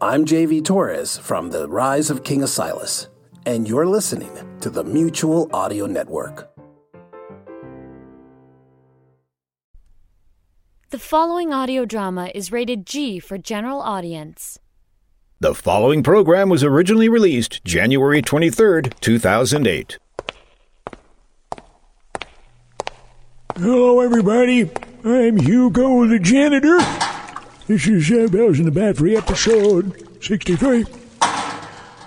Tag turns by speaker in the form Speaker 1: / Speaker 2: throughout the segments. Speaker 1: I'm JV Torres from The Rise of King Asylus, and you're listening to the Mutual Audio Network.
Speaker 2: The following audio drama is rated G for general audience.
Speaker 3: The following program was originally released January 23rd, 2008.
Speaker 4: Hello, everybody. I'm Hugo the janitor. This is uh, Bells in the Bat Free episode 63.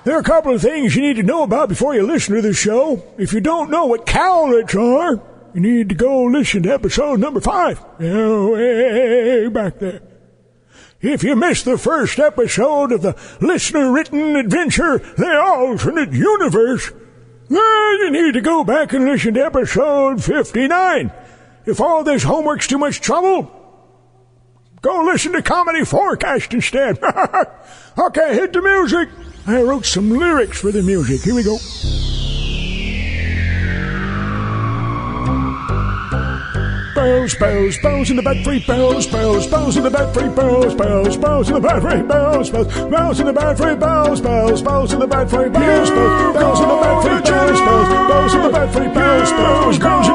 Speaker 4: There are a couple of things you need to know about before you listen to this show. If you don't know what cowlets are, you need to go listen to episode number five. Yeah, way back there. If you missed the first episode of the listener written adventure, The Alternate Universe, then you need to go back and listen to episode 59. If all this homework's too much trouble, Go listen to Comedy Forecast instead. okay, hit the music. I wrote some lyrics for the music. Here we go. Bells, bells, bells in the bed free bells, bells, bells in the bed free bells, bells, bells in the bed free bells, bells, bells in the bed free bells, bells, bells in the bed free bells, bells, bells in the bed free bells, bells, bells in the bed free bells, bells, bells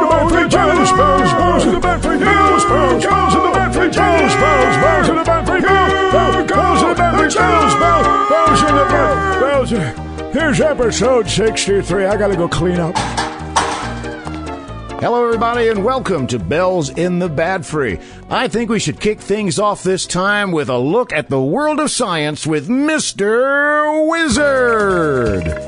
Speaker 4: in the bed free bells, bells, bells in the bed free bells, bells, bells in the bed free bells, bells, bells in the bed free bells, bells, bells in the bed free bells, bells, bells in the bed bells. in- Here's episode sixty-three. I gotta go clean up.
Speaker 5: Hello, everybody, and welcome to Bells in the Bad Free. I think we should kick things off this time with a look at the world of science with Mr. Wizard.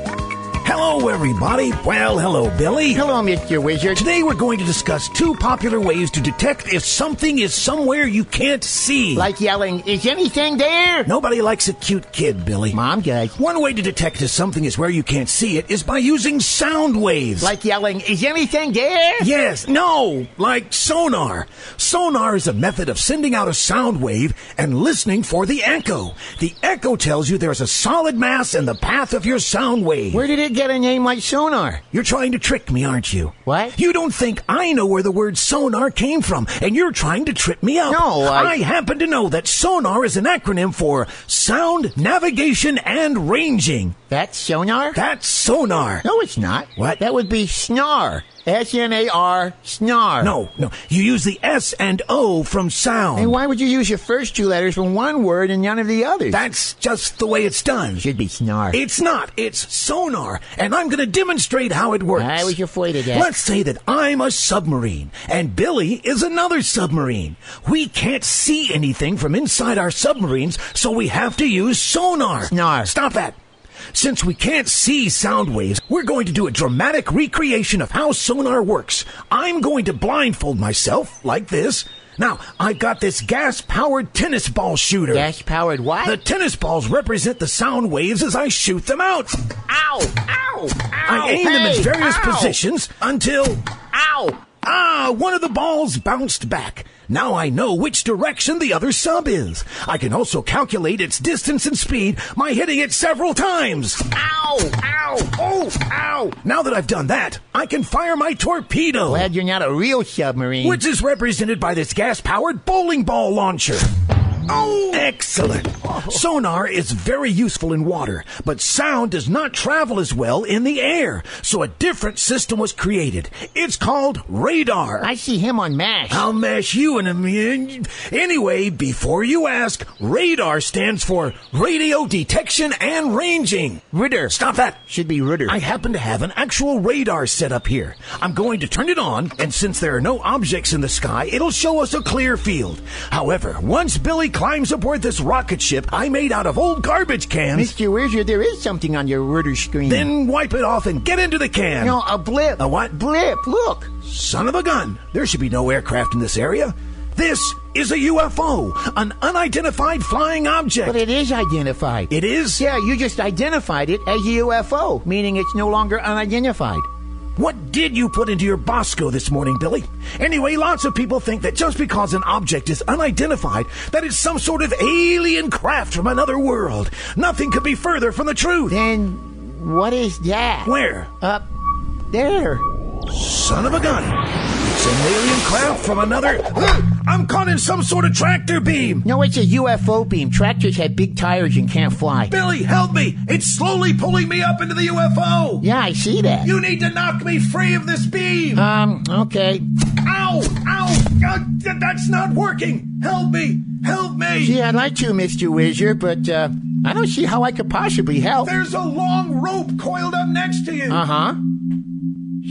Speaker 6: Hello, everybody. Well, hello, Billy.
Speaker 5: Hello, Mr. Wizard.
Speaker 6: Today we're going to discuss two popular ways to detect if something is somewhere you can't see.
Speaker 5: Like yelling, is anything there?
Speaker 6: Nobody likes a cute kid, Billy.
Speaker 5: Mom does.
Speaker 6: One way to detect if something is where you can't see it is by using sound waves.
Speaker 5: Like yelling, is anything there?
Speaker 6: Yes, no, like sonar. Sonar is a method of sending out a sound wave and listening for the echo. The echo tells you there's a solid mass in the path of your sound wave.
Speaker 5: Where did it get a name like sonar?
Speaker 6: You're trying to trick me, aren't you?
Speaker 5: What?
Speaker 6: You don't think I know where the word sonar came from, and you're trying to trip me up.
Speaker 5: No, I-
Speaker 6: happen to know that sonar is an acronym for sound, navigation, and ranging.
Speaker 5: That's sonar?
Speaker 6: That's sonar.
Speaker 5: No, it's not.
Speaker 6: What?
Speaker 5: That would be snar. S-N-A-R, snar.
Speaker 6: No, no. You use the S and O from sound.
Speaker 5: And why would you use your first two letters from one word and none of the others?
Speaker 6: That's just the way it's done.
Speaker 5: should be snar.
Speaker 6: It's not. It's sonar, and I'm going to demonstrate how it works.
Speaker 5: I was afraid of that.
Speaker 6: Let's say that I'm a submarine, and Billy is another submarine. We can't see anything from inside our submarines, so we have to use sonar.
Speaker 5: Snar.
Speaker 6: Stop that. Since we can't see sound waves, we're going to do a dramatic recreation of how sonar works. I'm going to blindfold myself like this. Now, I've got this gas powered tennis ball shooter.
Speaker 5: Gas powered what?
Speaker 6: The tennis balls represent the sound waves as I shoot them out.
Speaker 5: Ow! Ow! Ow!
Speaker 6: I aim them
Speaker 5: Hey,
Speaker 6: in various
Speaker 5: ow,
Speaker 6: positions until.
Speaker 5: Ow!
Speaker 6: Ah, one of the balls bounced back. Now I know which direction the other sub is. I can also calculate its distance and speed by hitting it several times.
Speaker 5: Ow! Ow! Oh! Ow!
Speaker 6: Now that I've done that, I can fire my torpedo,
Speaker 5: Glad you're not a real submarine.
Speaker 6: which is represented by this gas powered bowling ball launcher. Oh! Excellent. Sonar is very useful in water, but sound does not travel as well in the air. So a different system was created. It's called radar.
Speaker 5: I see him on MASH.
Speaker 6: I'll mash you in a minute. Anyway, before you ask, radar stands for radio detection and ranging.
Speaker 5: Ritter.
Speaker 6: Stop that.
Speaker 5: Should be Ritter.
Speaker 6: I happen to have an actual radar set up here. I'm going to turn it on, and since there are no objects in the sky, it'll show us a clear field. However, once Billy climbs aboard this rocket ship I made out of old garbage cans,
Speaker 5: Mr. Wizard, there is something on your Ritter screen.
Speaker 6: then wipe it off and get into the can.
Speaker 5: No, a blip.
Speaker 6: A what?
Speaker 5: Blip, look.
Speaker 6: Son of a gun! There should be no aircraft in this area. This is a UFO, an unidentified flying object.
Speaker 5: But it is identified.
Speaker 6: it is?
Speaker 5: yeah, you just identified it as a UFO, meaning it's no longer unidentified.
Speaker 6: What did you put into your Bosco this morning, Billy? Anyway, lots of people think that just because an object is unidentified, that it's some sort of alien craft from another world. Nothing could be further from the truth.
Speaker 5: Then what is that?
Speaker 6: Where?
Speaker 5: Up there.
Speaker 6: Son of a gun! It's an alien craft from another. I'm caught in some sort of tractor beam.
Speaker 5: No, it's a UFO beam. Tractors have big tires and can't fly.
Speaker 6: Billy, help me. It's slowly pulling me up into the UFO.
Speaker 5: Yeah, I see that.
Speaker 6: You need to knock me free of this beam.
Speaker 5: Um, okay.
Speaker 6: Ow! Ow! God, th- that's not working. Help me. Help me.
Speaker 5: Gee, I'd like to, Mr. Wizard, but, uh, I don't see how I could possibly help.
Speaker 6: There's a long rope coiled up next to you.
Speaker 5: Uh huh.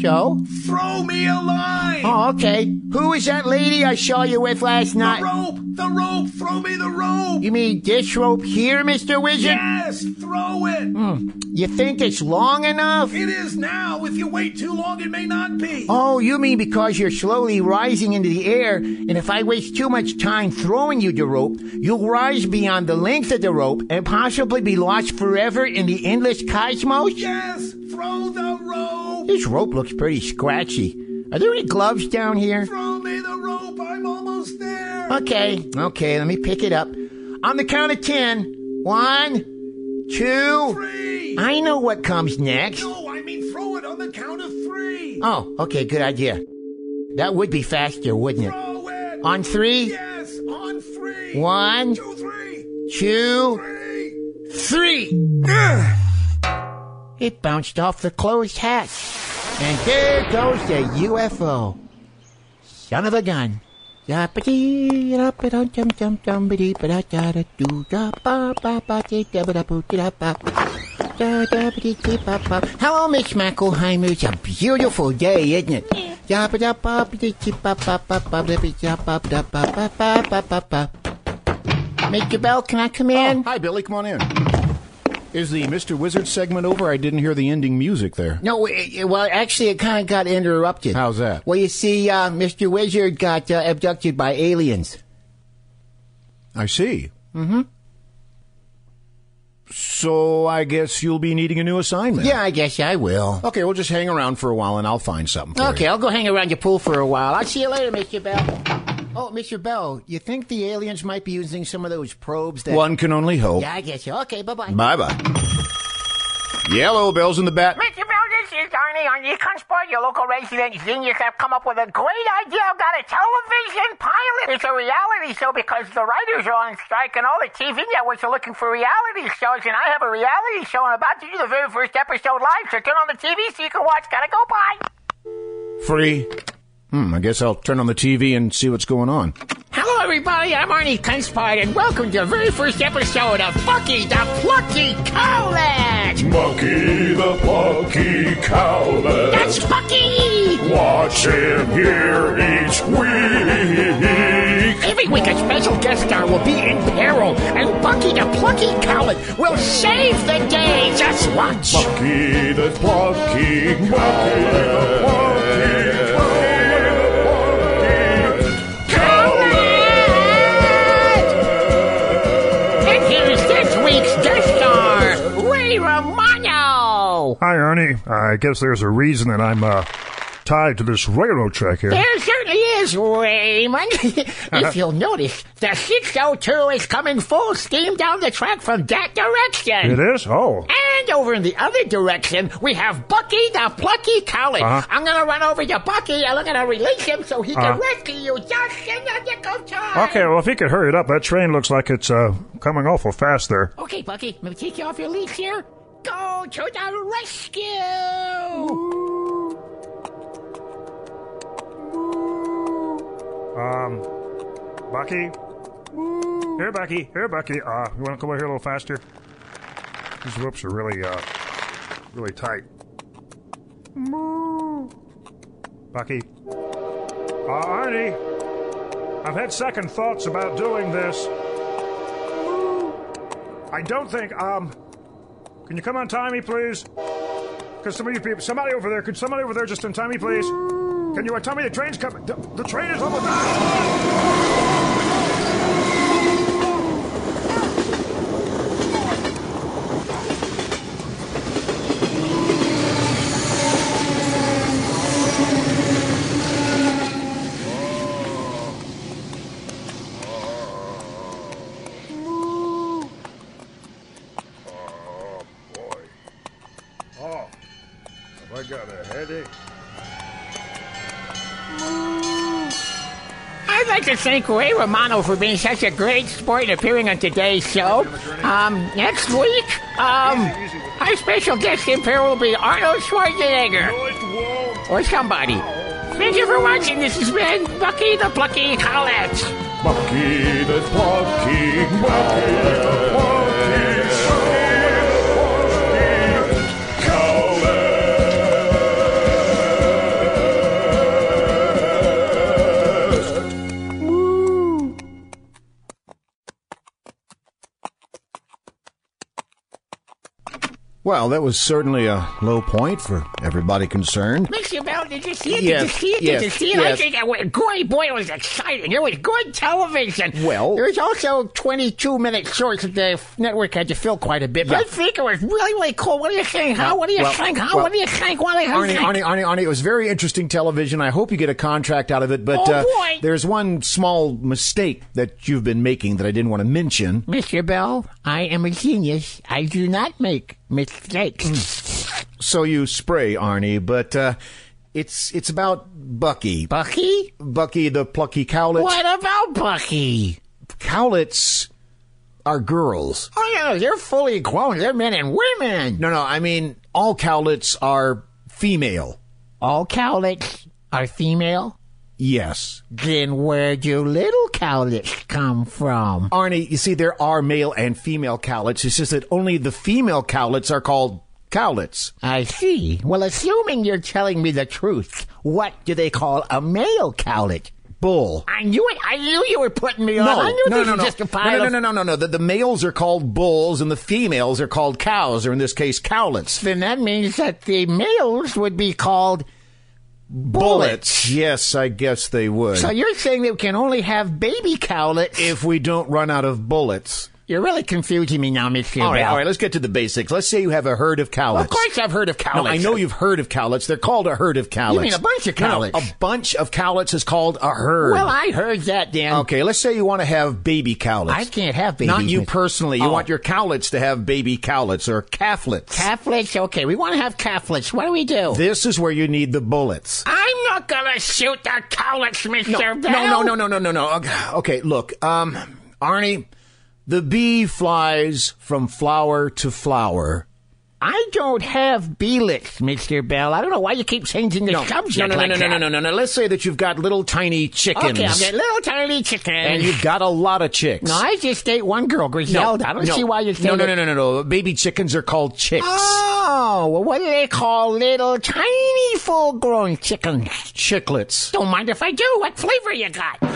Speaker 5: So?
Speaker 6: Throw me a line.
Speaker 5: Oh, okay. Who is that lady I saw you with last
Speaker 6: the
Speaker 5: night?
Speaker 6: rope. The rope. Throw me the rope.
Speaker 5: You mean this rope here, Mr. Wizard?
Speaker 6: yes. Throw it.
Speaker 5: Hmm. You think it's long enough?
Speaker 6: It is now. If you wait too long, it may not be.
Speaker 5: Oh, you mean because you're slowly rising into the air, and if I waste too much time throwing you the rope, you'll rise beyond the length of the rope and possibly be lost forever in the endless cosmos?
Speaker 6: Yes. Throw the rope.
Speaker 5: This rope looks pretty scratchy. Are there any gloves down here?
Speaker 6: Throw me the rope. I'm almost there.
Speaker 5: Okay, okay, let me pick it up. On the count of ten. One, two.
Speaker 6: Three.
Speaker 5: I know what comes next.
Speaker 6: No, I mean throw it on the count of three.
Speaker 5: Oh, okay, good idea. That would be faster, wouldn't it?
Speaker 6: Throw it.
Speaker 5: On three,
Speaker 6: Yes. On three.
Speaker 5: one,
Speaker 6: Two, three.
Speaker 5: two,
Speaker 6: Three.
Speaker 5: three. Ugh. It bounced off the closed hatch. And there goes the UFO. Son of a gun. Hello, Miss McElheimer. It's a beautiful day, isn't it? Mr. Bell, can I come in?
Speaker 4: Hi, Billy. Come on in. Is the Mr. Wizard segment over? I didn't hear the ending music there.
Speaker 5: No, it, it- well, actually, it kind of got interrupted.
Speaker 4: How's that?
Speaker 5: Well, you see, uh, Mr. Wizard got uh, abducted by aliens.
Speaker 4: I see. Mm-hmm. So I guess you'll be needing a new assignment.
Speaker 5: Yeah, I guess I will.
Speaker 4: Okay, we'll just hang around for a while and I'll find something for
Speaker 5: Okay,
Speaker 4: you.
Speaker 5: I'll go hang around your pool for a while. I'll see you later, Mr. Bell. Oh, Mr. Bell, you think the aliens might be using some of those probes that?
Speaker 4: One can only hope.
Speaker 5: Yeah, I guess so. Okay, bye bye.
Speaker 4: Bye bye. Yellow bells in the bat.
Speaker 7: Mr. Bill, this is Arnie on the Conspire. Your local resident genius have come up with a great idea about a television pilot. It's a reality show because the writers are on strike and all the TV networks are looking for reality shows. And I have a reality show and I'm about to do the very first episode live. So turn on the TV so you can watch. Gotta go. Bye.
Speaker 4: Free. Hmm, I guess I'll turn on the TV and see what's going on.
Speaker 5: Hello, everybody. I'm Arnie Kunspard, and welcome to the very first episode of Bucky the Plucky Cowlet.
Speaker 8: Mucky the Plucky Cowlet.
Speaker 5: That's Bucky.
Speaker 8: Watch him here each week.
Speaker 5: Every week, a special guest star will be in peril, and Bucky the Plucky Cowlet will save the day. Just watch.
Speaker 8: Mucky the Plucky
Speaker 5: And here's this week's guest star, Ray Romano.
Speaker 9: Hi, Ernie. I guess there's a reason that I'm uh, tied to this railroad track here. Uh-huh.
Speaker 5: There certainly is, Raymond. if you'll notice, the 602 is coming full steam down the track from that direction.
Speaker 9: It is? Oh.
Speaker 5: And over in the other direction, we have Bucky the Plucky Cowlet.
Speaker 9: Uh-huh.
Speaker 5: I'm going to run over to Bucky and I'm going to release him so he can
Speaker 9: Uh-huh.
Speaker 5: rescue you just in the nick of time.
Speaker 9: Okay, well, if he could hurry it up, that train looks like it's uh, coming awful fast there.
Speaker 5: Okay, Bucky, let me take you off your leash here. Go to the rescue!
Speaker 9: Um, Bucky? Here, Bucky. Here, Bucky. Uh, you want to come over here a little faster? These ropes are really, uh, really tight. Bucky. Uh, Arnie, I've had second thoughts about doing this. I don't think, um, can you come on timey, please? Because some of you people, somebody over there, could somebody over there just untie me, please? Can you untie me? The train's coming. The, the train is almost. Oh, have I got a headache?
Speaker 5: I I'd like to thank Ray Romano for being such a great sport and appearing on today's show. Um, next week, um, our special guest in pair will be Arnold Schwarzenegger or somebody. Thank you for watching. This has been Bucky the Plucky College.
Speaker 10: Bucky the Plucky Cowlet.
Speaker 4: Well, that was certainly a low point for everybody concerned.
Speaker 5: Mr. Bell, did you see it?
Speaker 4: Yes,
Speaker 5: did you see it?
Speaker 4: yes,
Speaker 5: did you see it?
Speaker 4: yes.
Speaker 5: I think it was, Goy Boy was exciting. It was good television.
Speaker 4: Well-
Speaker 5: there was also 22 minute shorts that the network had to fill quite a bit. But I
Speaker 4: Yeah. Uh,
Speaker 5: think it was really, really cool. What do you think? How? What do you
Speaker 4: Well,
Speaker 5: think? How?
Speaker 4: well,
Speaker 5: what do you think? What do you
Speaker 4: Arnie,
Speaker 5: think?
Speaker 4: Arnie, Arnie, Arnie, it was very interesting television. I hope you get a contract out of it, but
Speaker 5: Oh,
Speaker 4: uh,
Speaker 5: boy.
Speaker 4: there's one small mistake that you've been making that I didn't want to mention.
Speaker 5: Mr. Bell, I am a genius. I do not make
Speaker 4: Hmm.
Speaker 5: mistakes.
Speaker 4: So you spray, Arnie, but uh, it's it's about Bucky.
Speaker 5: Bucky?
Speaker 4: Bucky the plucky cowlets.
Speaker 5: What about Bucky?
Speaker 4: Cowlets are girls.
Speaker 5: Oh, yeah, they're fully grown. They're men and women.
Speaker 4: No, no, I mean, all cowlets are female.
Speaker 5: All cowlicks are female.
Speaker 4: Yes.
Speaker 5: Then where do little cowlicks come from?
Speaker 4: Arnie, you see, there are male and female cowlets. It's just that only the female cowlets are called cowlets.
Speaker 5: I see. Well, assuming you're telling me the truth, what do they call a male cowlick?
Speaker 4: Bull.
Speaker 5: I knew it. I knew you were putting me on. I knew
Speaker 4: no,
Speaker 5: this
Speaker 4: no,
Speaker 5: was
Speaker 4: no.
Speaker 5: just a
Speaker 4: no,
Speaker 5: pile
Speaker 4: no,
Speaker 5: of-
Speaker 4: no, no, no, no. The, the males are called bulls, and the females are called cows, or in this case, cowlets.
Speaker 5: Then that means that the males would be called bullets.
Speaker 4: Yes, I guess they would.
Speaker 5: So you're saying that we can only have baby cowlicks?
Speaker 4: if we don't run out of bullets.
Speaker 5: you're really confusing me now, Mister.
Speaker 4: All right, all right. Let's get to the basics. Let's say you have a herd of cowlets.
Speaker 5: Of course, I've heard of cowlicks.
Speaker 4: No, I know you've heard of cowlets. They're called a herd of cowlets.
Speaker 5: You mean a bunch of
Speaker 4: No, no,
Speaker 5: cowlicks.
Speaker 4: a bunch of cowlets is called a herd.
Speaker 5: Well, I heard that, Dan.
Speaker 4: Okay, let's say you want to have baby cowlets.
Speaker 5: I can't have baby.
Speaker 4: Not you
Speaker 5: cowlicks.
Speaker 4: personally. You
Speaker 5: Oh.
Speaker 4: want your cowlets to have baby cowlets or calflets.
Speaker 5: Catholics. Okay, we want to have Catholics. What do we do?
Speaker 4: this is where you need the bullets.
Speaker 5: I'm not gonna shoot the Cowlicks,
Speaker 4: No,
Speaker 5: Mister.
Speaker 4: no, no, no, no, no, no, no. Okay, look, um, Arnie, the bee flies from flower to flower.
Speaker 5: I don't have Beelix, Mister Bell. I don't know why you keep changing the subject.
Speaker 4: no, no,
Speaker 5: like
Speaker 4: no, no,
Speaker 5: that.
Speaker 4: no, no, no, no. Let's say that you've got little tiny chickens,
Speaker 5: Okay, I'm getting little tiny chicken.
Speaker 4: and you've got a lot of chicks.
Speaker 5: no, I just date one girl, Griselda. I don't
Speaker 4: no.
Speaker 5: see why you're saying
Speaker 4: no, no,
Speaker 5: that-
Speaker 4: no, no, no, no. Baby chickens are called chicks.
Speaker 5: Oh, well, what do they call little tiny full-grown chickens?
Speaker 4: Chicklets.
Speaker 5: Don't mind if I do. What flavor you got? Good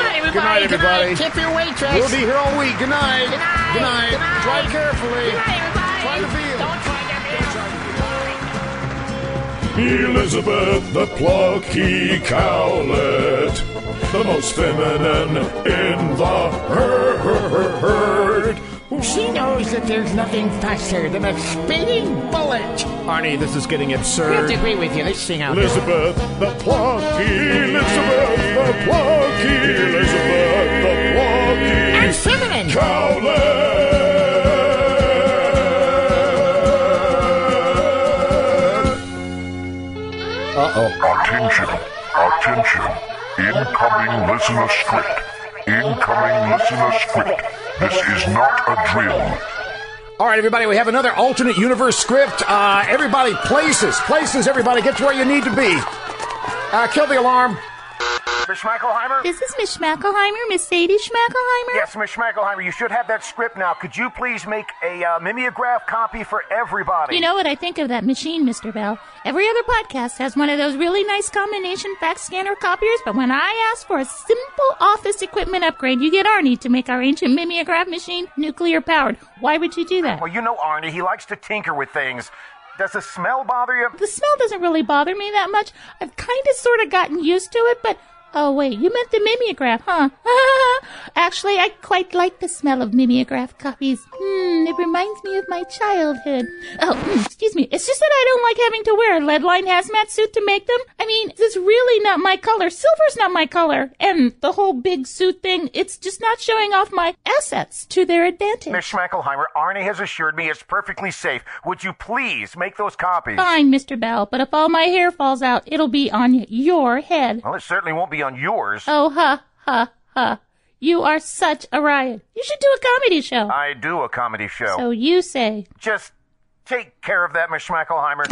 Speaker 5: night, everybody.
Speaker 4: night, everybody.
Speaker 5: Tip your waitress.
Speaker 4: We'll be here all week. Good night.
Speaker 5: Good night.
Speaker 4: Good night.
Speaker 5: Good night.
Speaker 4: Drive carefully.
Speaker 5: Good night, everybody.
Speaker 4: Try the field.
Speaker 5: Don't try the field.
Speaker 10: Elizabeth the plucky cowlet, the most feminine in the herd.
Speaker 5: She knows that there's nothing faster than a speeding bullet.
Speaker 4: Arnie, this is getting
Speaker 5: I have to
Speaker 4: absurd.
Speaker 5: agree with you. Let's sing out.
Speaker 10: Elizabeth the plucky, Elizabeth the plucky, Elizabeth the plucky.
Speaker 5: And feminine.
Speaker 10: Cowlet.
Speaker 11: Attention, attention. Incoming listener script. Incoming listener script. This is not a drill.
Speaker 4: All right, everybody, we have another alternate universe script. Uh, everybody, places, places, everybody, get to where you need to be. Uh, kill the alarm.
Speaker 6: Miss Schmeichelheimer?
Speaker 12: This is Miss Schmackelheimer, Miss Sadie Schmackelheimer.
Speaker 6: Yes, Miss Schmackelheimer, you should have that script now. Could you please make a uh, mimeograph copy for everybody?
Speaker 12: You know what I think of that machine, Mr. Bell? Every other podcast has one of those really nice combination fax scanner copiers, but when I ask for a simple office equipment upgrade, you get Arnie to make our ancient mimeograph machine nuclear powered. Why would you do that?
Speaker 6: Well, you know Arnie, he likes to tinker with things. Does the smell bother you?
Speaker 12: The smell doesn't really bother me that much. I've kind of sort of gotten used to it, but oh wait, you meant the mimeograph, huh? Actually, I quite like the smell of mimeograph copies. Hmm,
Speaker 5: and it reminds me of my childhood. Oh, excuse me. It's just that I don't like having to wear a lead line hazmat suit to make them. I mean, it's really not my color. Silver's not my color. And the whole big suit thing, it's just not showing off my assets to their advantage.
Speaker 13: Miss Schmackelheimer, Arnie has assured me it's perfectly safe. Would you please make those copies?
Speaker 5: Fine, Mr. Bell, but if all my hair falls out, it'll be on your head.
Speaker 13: Well, it certainly won't be on yours.
Speaker 5: Oh, ha, ha, ha. You are such a riot. You should do a comedy show.
Speaker 13: I do a comedy show.
Speaker 5: So you say.
Speaker 13: Just take care of that, Miss Schmackelheimer.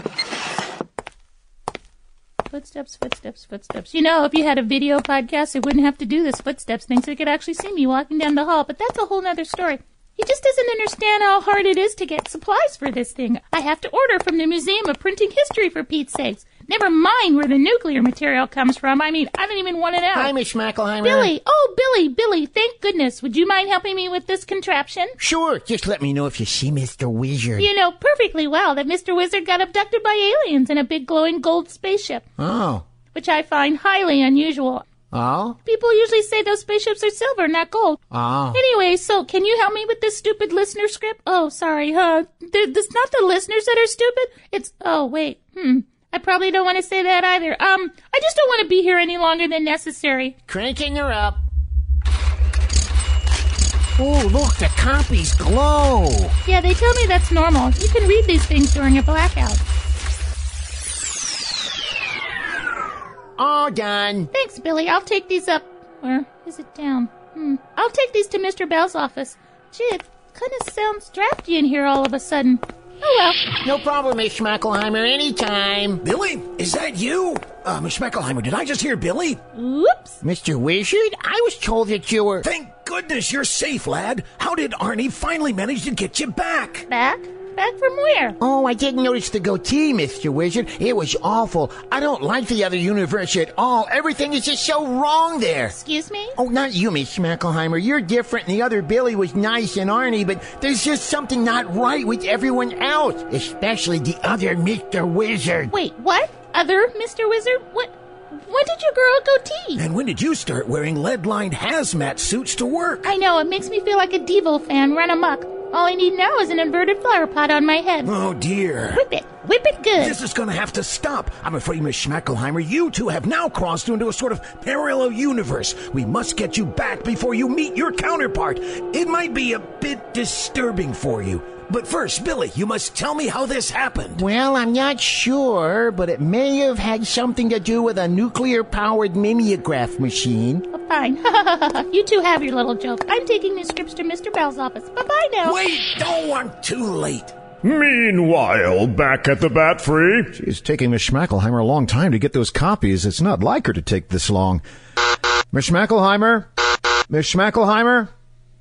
Speaker 5: Footsteps, footsteps, footsteps. You know, if you had a video podcast, it wouldn't have to do this footsteps thing, so you could actually see me walking down the hall, but that's a whole nother story. He just doesn't understand how hard it is to get supplies for this thing. I have to order from the Museum of Printing History for Pete's sakes. Never mind where the nuclear material comes from. I mean, I don't even want it out.
Speaker 14: Hi, Miss Schmackelheimer.
Speaker 5: Billy! Oh, Billy, Billy, thank goodness. Would you mind helping me with this contraption?
Speaker 14: Sure, just let me know if you see Mr. Wizard.
Speaker 5: You know perfectly well that Mr. Wizard got abducted by aliens in a big glowing gold spaceship,
Speaker 14: Oh.
Speaker 5: which I find highly unusual.
Speaker 14: Oh?
Speaker 5: People usually say those spaceships are silver, not gold.
Speaker 14: Oh.
Speaker 5: Anyway, so can you help me with this stupid listener script? Oh, sorry, huh? Th- This not the listeners that are stupid. It's oh wait, hmm. I probably don't want to say that either. Um, I just don't want to be here any longer than necessary.
Speaker 14: Cranking her up. Oh, look, the copies glow.
Speaker 5: Yeah, they tell me that's normal. You can read these things during a blackout.
Speaker 14: All done.
Speaker 5: Thanks, Billy. I'll take these up. Where is it down? Hmm. I'll take these to Mr. Bell's office. Gee, it kind of sounds drafty in here all of a sudden. Oh well.
Speaker 14: No problem, Miss Schmackelheimer, anytime.
Speaker 6: Billy, is that you? Uh, Miss Schmeckelheimer, did I just hear Billy?
Speaker 5: Whoops.
Speaker 14: Mr. Wizard, I was told that you were.
Speaker 6: Thank goodness you're safe, lad. How did Arnie finally manage to get you back?
Speaker 5: Back? Back from where?
Speaker 14: Oh, I didn't notice the goatee, Mr. Wizard. It was awful. I don't like the other universe at all. Everything is just so wrong there.
Speaker 5: Excuse me?
Speaker 14: Oh, not you, Miss Schmackelheimer. You're different, and the other Billy was nice and Arnie, but there's just something not right with everyone else, especially the other Mr. Wizard.
Speaker 5: Wait, what? Other Mr. Wizard? What? When did you grow a goatee?
Speaker 6: And when did you start wearing lead lined hazmat suits to work?
Speaker 5: I know, it makes me feel like a Devo fan run amok. All I need now is an inverted flower pot on my head.
Speaker 6: Oh dear.
Speaker 5: Whip it. Whip it good.
Speaker 6: This is gonna have to stop. I'm afraid, Miss Schmackelheimer, you two have now crossed into a sort of parallel universe. We must get you back before you meet your counterpart. It might be a bit disturbing for you. But first, Billy, you must tell me how this happened.
Speaker 14: Well, I'm not sure, but it may have had something to do with a nuclear powered mimeograph machine.
Speaker 5: Oh, fine. you two have your little joke. I'm taking these scripts to Mr. Bell's office. Bye bye now.
Speaker 6: Wait, don't I'm too late.
Speaker 15: Meanwhile, back at the Bat Free.
Speaker 4: It's taking Miss Schmackelheimer a long time to get those copies. It's not like her to take this long. Miss Schmackelheimer? Miss Schmackelheimer?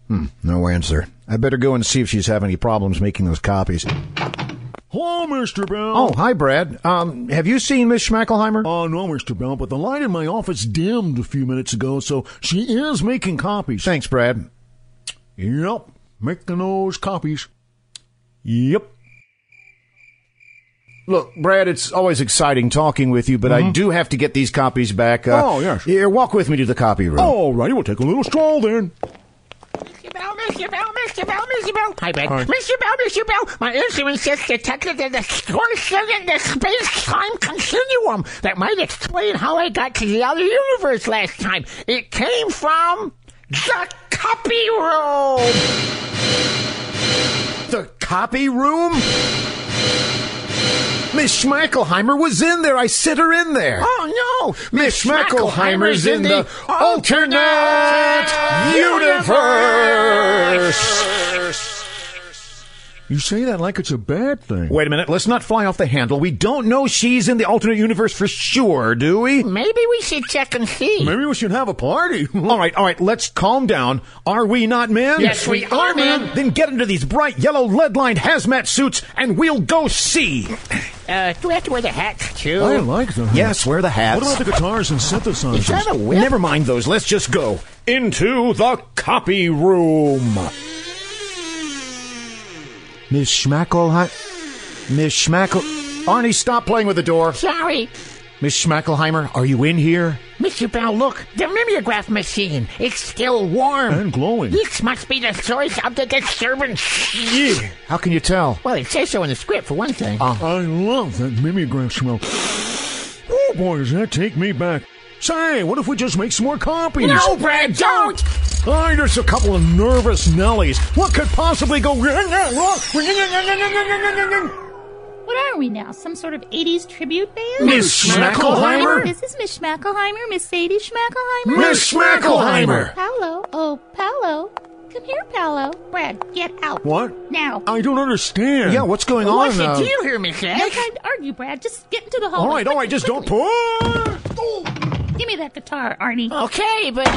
Speaker 4: Hmm, no answer. I better go and see if she's having any problems making those copies.
Speaker 16: Hello, Mr. Bell.
Speaker 4: Oh, hi, Brad. Um, have you seen Miss Schmackelheimer?
Speaker 16: Uh, no, Mr. Bell, but the light in my office dimmed a few minutes ago, so she is making copies.
Speaker 4: Thanks, Brad.
Speaker 16: Yep, making those copies. Yep.
Speaker 4: Look, Brad, it's always exciting talking with you, but I do have to get these copies back. uh,
Speaker 16: Oh, yes.
Speaker 4: Here, walk with me to the copy room.
Speaker 16: All righty, we'll take a little stroll then.
Speaker 17: Mr. Bell, Mr. Bell, Mr. Bell, Mr. Bell. Hi,
Speaker 14: Ben.
Speaker 17: Mr. Bell, Mr. Bell, my instrument just detected that the distortion in the space-time continuum that might explain how I got to the other universe last time. It came from the copy room.
Speaker 4: The copy room? Miss Schmackelheimer was in there. I sent her in there.
Speaker 17: Oh no,
Speaker 4: Miss Schmackelheimer's in the alternate universe.
Speaker 16: You say that like it's a bad thing.
Speaker 4: Wait a minute. Let's not fly off the handle. We don't know she's in the alternate universe for sure, do we?
Speaker 17: Maybe we should check and see.
Speaker 16: Maybe we should have a party.
Speaker 4: All right, all right. Let's calm down. Are we not men?
Speaker 14: Yes, we are men.
Speaker 4: Then get into these bright yellow lead-lined hazmat suits, and we'll go see.
Speaker 14: Uh, do we have to wear the hats too?
Speaker 16: I like them.
Speaker 4: Yes, wear the hats.
Speaker 16: What about the guitars and synthesizers?
Speaker 14: Is that a whip?
Speaker 4: Never mind those. Let's just go into the copy room. Miss Schmackelheimer. Miss Schmackel. Arnie, stop playing with the door.
Speaker 17: Sorry.
Speaker 4: Miss Schmackelheimer, are you in here?
Speaker 5: Mr. Bell, look, the mimeograph machine is still warm.
Speaker 18: And glowing.
Speaker 5: This must be the source of the disturbance.
Speaker 18: Yeah. How can you tell?
Speaker 5: Well, it says so in the script, for one thing.
Speaker 18: I love that mimeograph smell. Oh boy, does that take me back. Say, what if we just make some more copies?
Speaker 5: No, Brad, don't!
Speaker 18: Ay, there's a couple of nervous Nellies. What could possibly go wrong?
Speaker 12: What are we now? Some sort of 80s tribute band?
Speaker 18: Miss Schmackelheimer?
Speaker 12: This is Miss Schmackelheimer, Miss Sadie Schmackelheimer.
Speaker 18: Miss Schmackelheimer!
Speaker 12: Paolo, oh, Paolo. Come here, Paolo. Brad, get out.
Speaker 18: What?
Speaker 12: Now.
Speaker 18: I don't understand. Yeah, what's going on?
Speaker 5: What's
Speaker 18: uh,
Speaker 5: the deal here, Miss
Speaker 12: No
Speaker 5: Ash?
Speaker 12: time to argue, Brad. Just get into the hallway.
Speaker 18: All right, all right, just don't pull.
Speaker 12: Give me that guitar, Arnie.
Speaker 18: Oh.
Speaker 5: Okay, but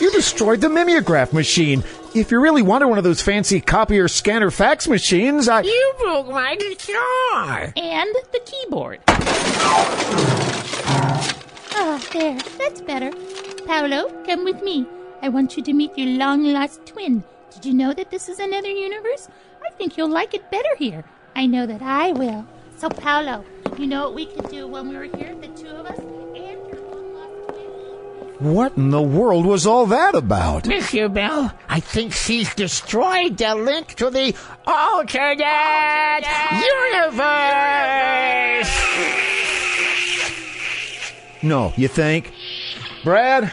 Speaker 4: You destroyed the mimeograph machine. If you really wanted one of those fancy copier scanner fax machines, I.
Speaker 5: you broke my guitar.
Speaker 12: And the keyboard. Oh, there. That's better. Paolo, come with me. I want you to meet your long lost twin. Did you know that this is another universe? I think you'll like it better here. I know that I will. So, Paolo, you know what we could do when we were here, the two of us? And your long lost twin?
Speaker 4: What in the world was all that about?
Speaker 5: Monsieur Bell, I think she's destroyed the link to the alternate universe.
Speaker 4: No, you think? Brad?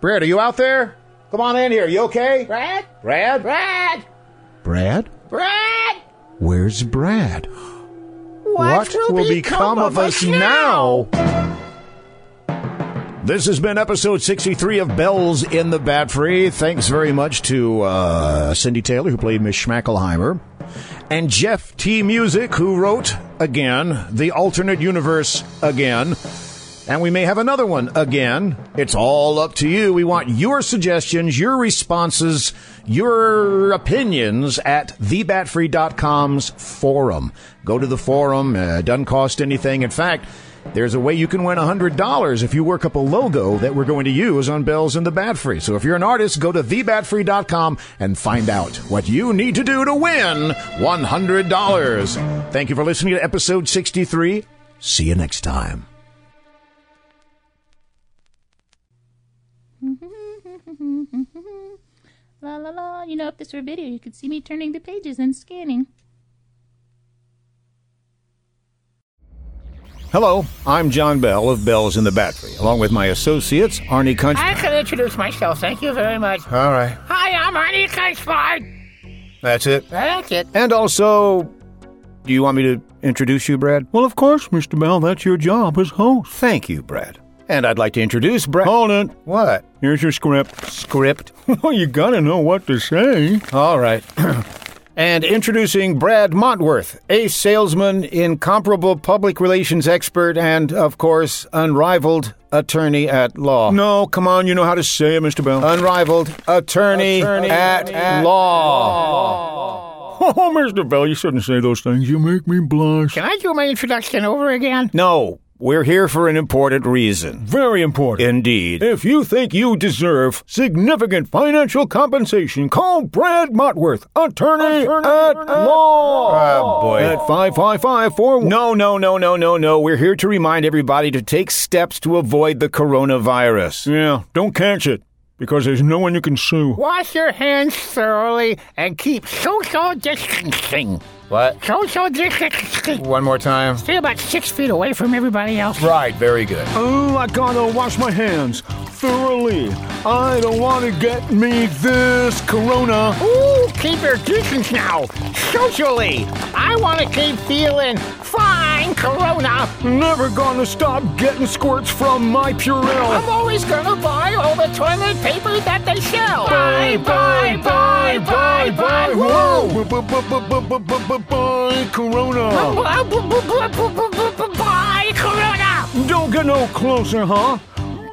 Speaker 4: Brad, are you out there? Come on in here. You okay?
Speaker 5: Brad?
Speaker 4: Brad?
Speaker 5: Brad?
Speaker 4: Brad?
Speaker 5: Brad?
Speaker 4: Where's Brad?
Speaker 5: What,
Speaker 4: This has been episode 63 of Bells in the Bat Free. Thanks very much to uh, Cindy Taylor, who played Miss Schmackelheimer, and Jeff T. Music, who wrote again the alternate universe again. And we may have another one again. It's all up to you. We want your suggestions, your responses, your opinions at thebatfree.com's forum. Go to the forum. Uh, it doesn't cost anything. In fact, there's a way you can win $100 if you work up a logo that we're going to use on Bells and the Bat Free. So if you're an artist, go to thebatfree.com and find out what you need to do to win $100. Thank you for listening to episode 63. See you next time.
Speaker 12: La la la. You know, if this were video, you could see me turning the pages and scanning.
Speaker 3: Hello, I'm John Bell of Bells in the Battery, along with my associates, Arnie Kunch.
Speaker 5: I can introduce myself. Thank you very much.
Speaker 3: All right,
Speaker 5: Hi, I'm Arnie Kunspard.
Speaker 3: that's it.
Speaker 5: That's it.
Speaker 3: And also, do you want me to introduce you, Brad? Well, of course, Mr. Bell. That's your job as host. Thank you, Brad. And I'd like to introduce Brad. Hold it. What? Here's your script. Script? Well, you gotta know what to say. All right. and introducing Brad Montworth, a salesman, incomparable public relations expert, and, of course, unrivaled attorney at law. No, come on, you know how to say it, Mr. Bell. Unrivaled attorney, at, law.
Speaker 18: Oh, Mr. Bell, you shouldn't say those things. You make me blush.
Speaker 5: Can I do my introduction over again?
Speaker 3: No, we're here for an important reason.
Speaker 18: Very important.
Speaker 3: Indeed.
Speaker 18: If you think you deserve significant financial compensation, call Brad Motworth, attorney, at law.
Speaker 3: Oh, boy.
Speaker 18: At 555
Speaker 3: No, no, no, no, no, no. We're here to remind everybody to take steps to avoid the coronavirus.
Speaker 18: Yeah, don't catch it, because there's no one you can sue.
Speaker 5: Wash your hands thoroughly and keep social distancing.
Speaker 3: What?
Speaker 5: Social distancing.
Speaker 3: One more time.
Speaker 5: Stay about six feet away from everybody else.
Speaker 3: Right, very good.
Speaker 18: Oh, I gotta wash my hands thoroughly. I don't want to get me this corona.
Speaker 5: Ooh, keep your distance now. Socially, I want to keep feeling fine, Corona.
Speaker 18: Never gonna stop getting squirts from my
Speaker 5: I'm
Speaker 18: Purell.
Speaker 5: always gonna buy all the toilet paper that they sell. Buy, buy, buy, buy, buy. Whoa.
Speaker 18: Whoa! Bye, corona.
Speaker 5: Buy Corona.
Speaker 18: Don't get no closer, huh?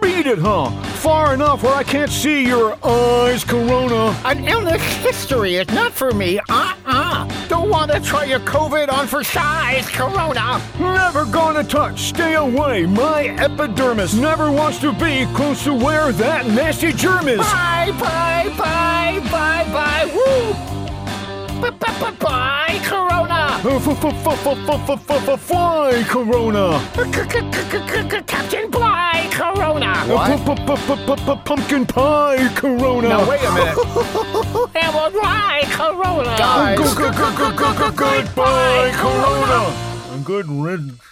Speaker 18: Beat it, huh? Far enough where I can't see your eyes, corona.
Speaker 5: An illness history is not for me. Uh-uh. Don't want to try your COVID on for size, Corona.
Speaker 18: Never gonna touch, stay away. My epidermis never wants to be close to where that nasty germ is.
Speaker 5: Bye, bye, bye, bye, bye. Woo.
Speaker 6: Bye, Corona!
Speaker 4: Fly, Corona!
Speaker 6: Captain Bly Corona!
Speaker 4: Pumpkin pie, Corona!
Speaker 6: Now, wait a minute. Emerald Rye Corona!
Speaker 4: Guys. Goodbye, Corona! A good red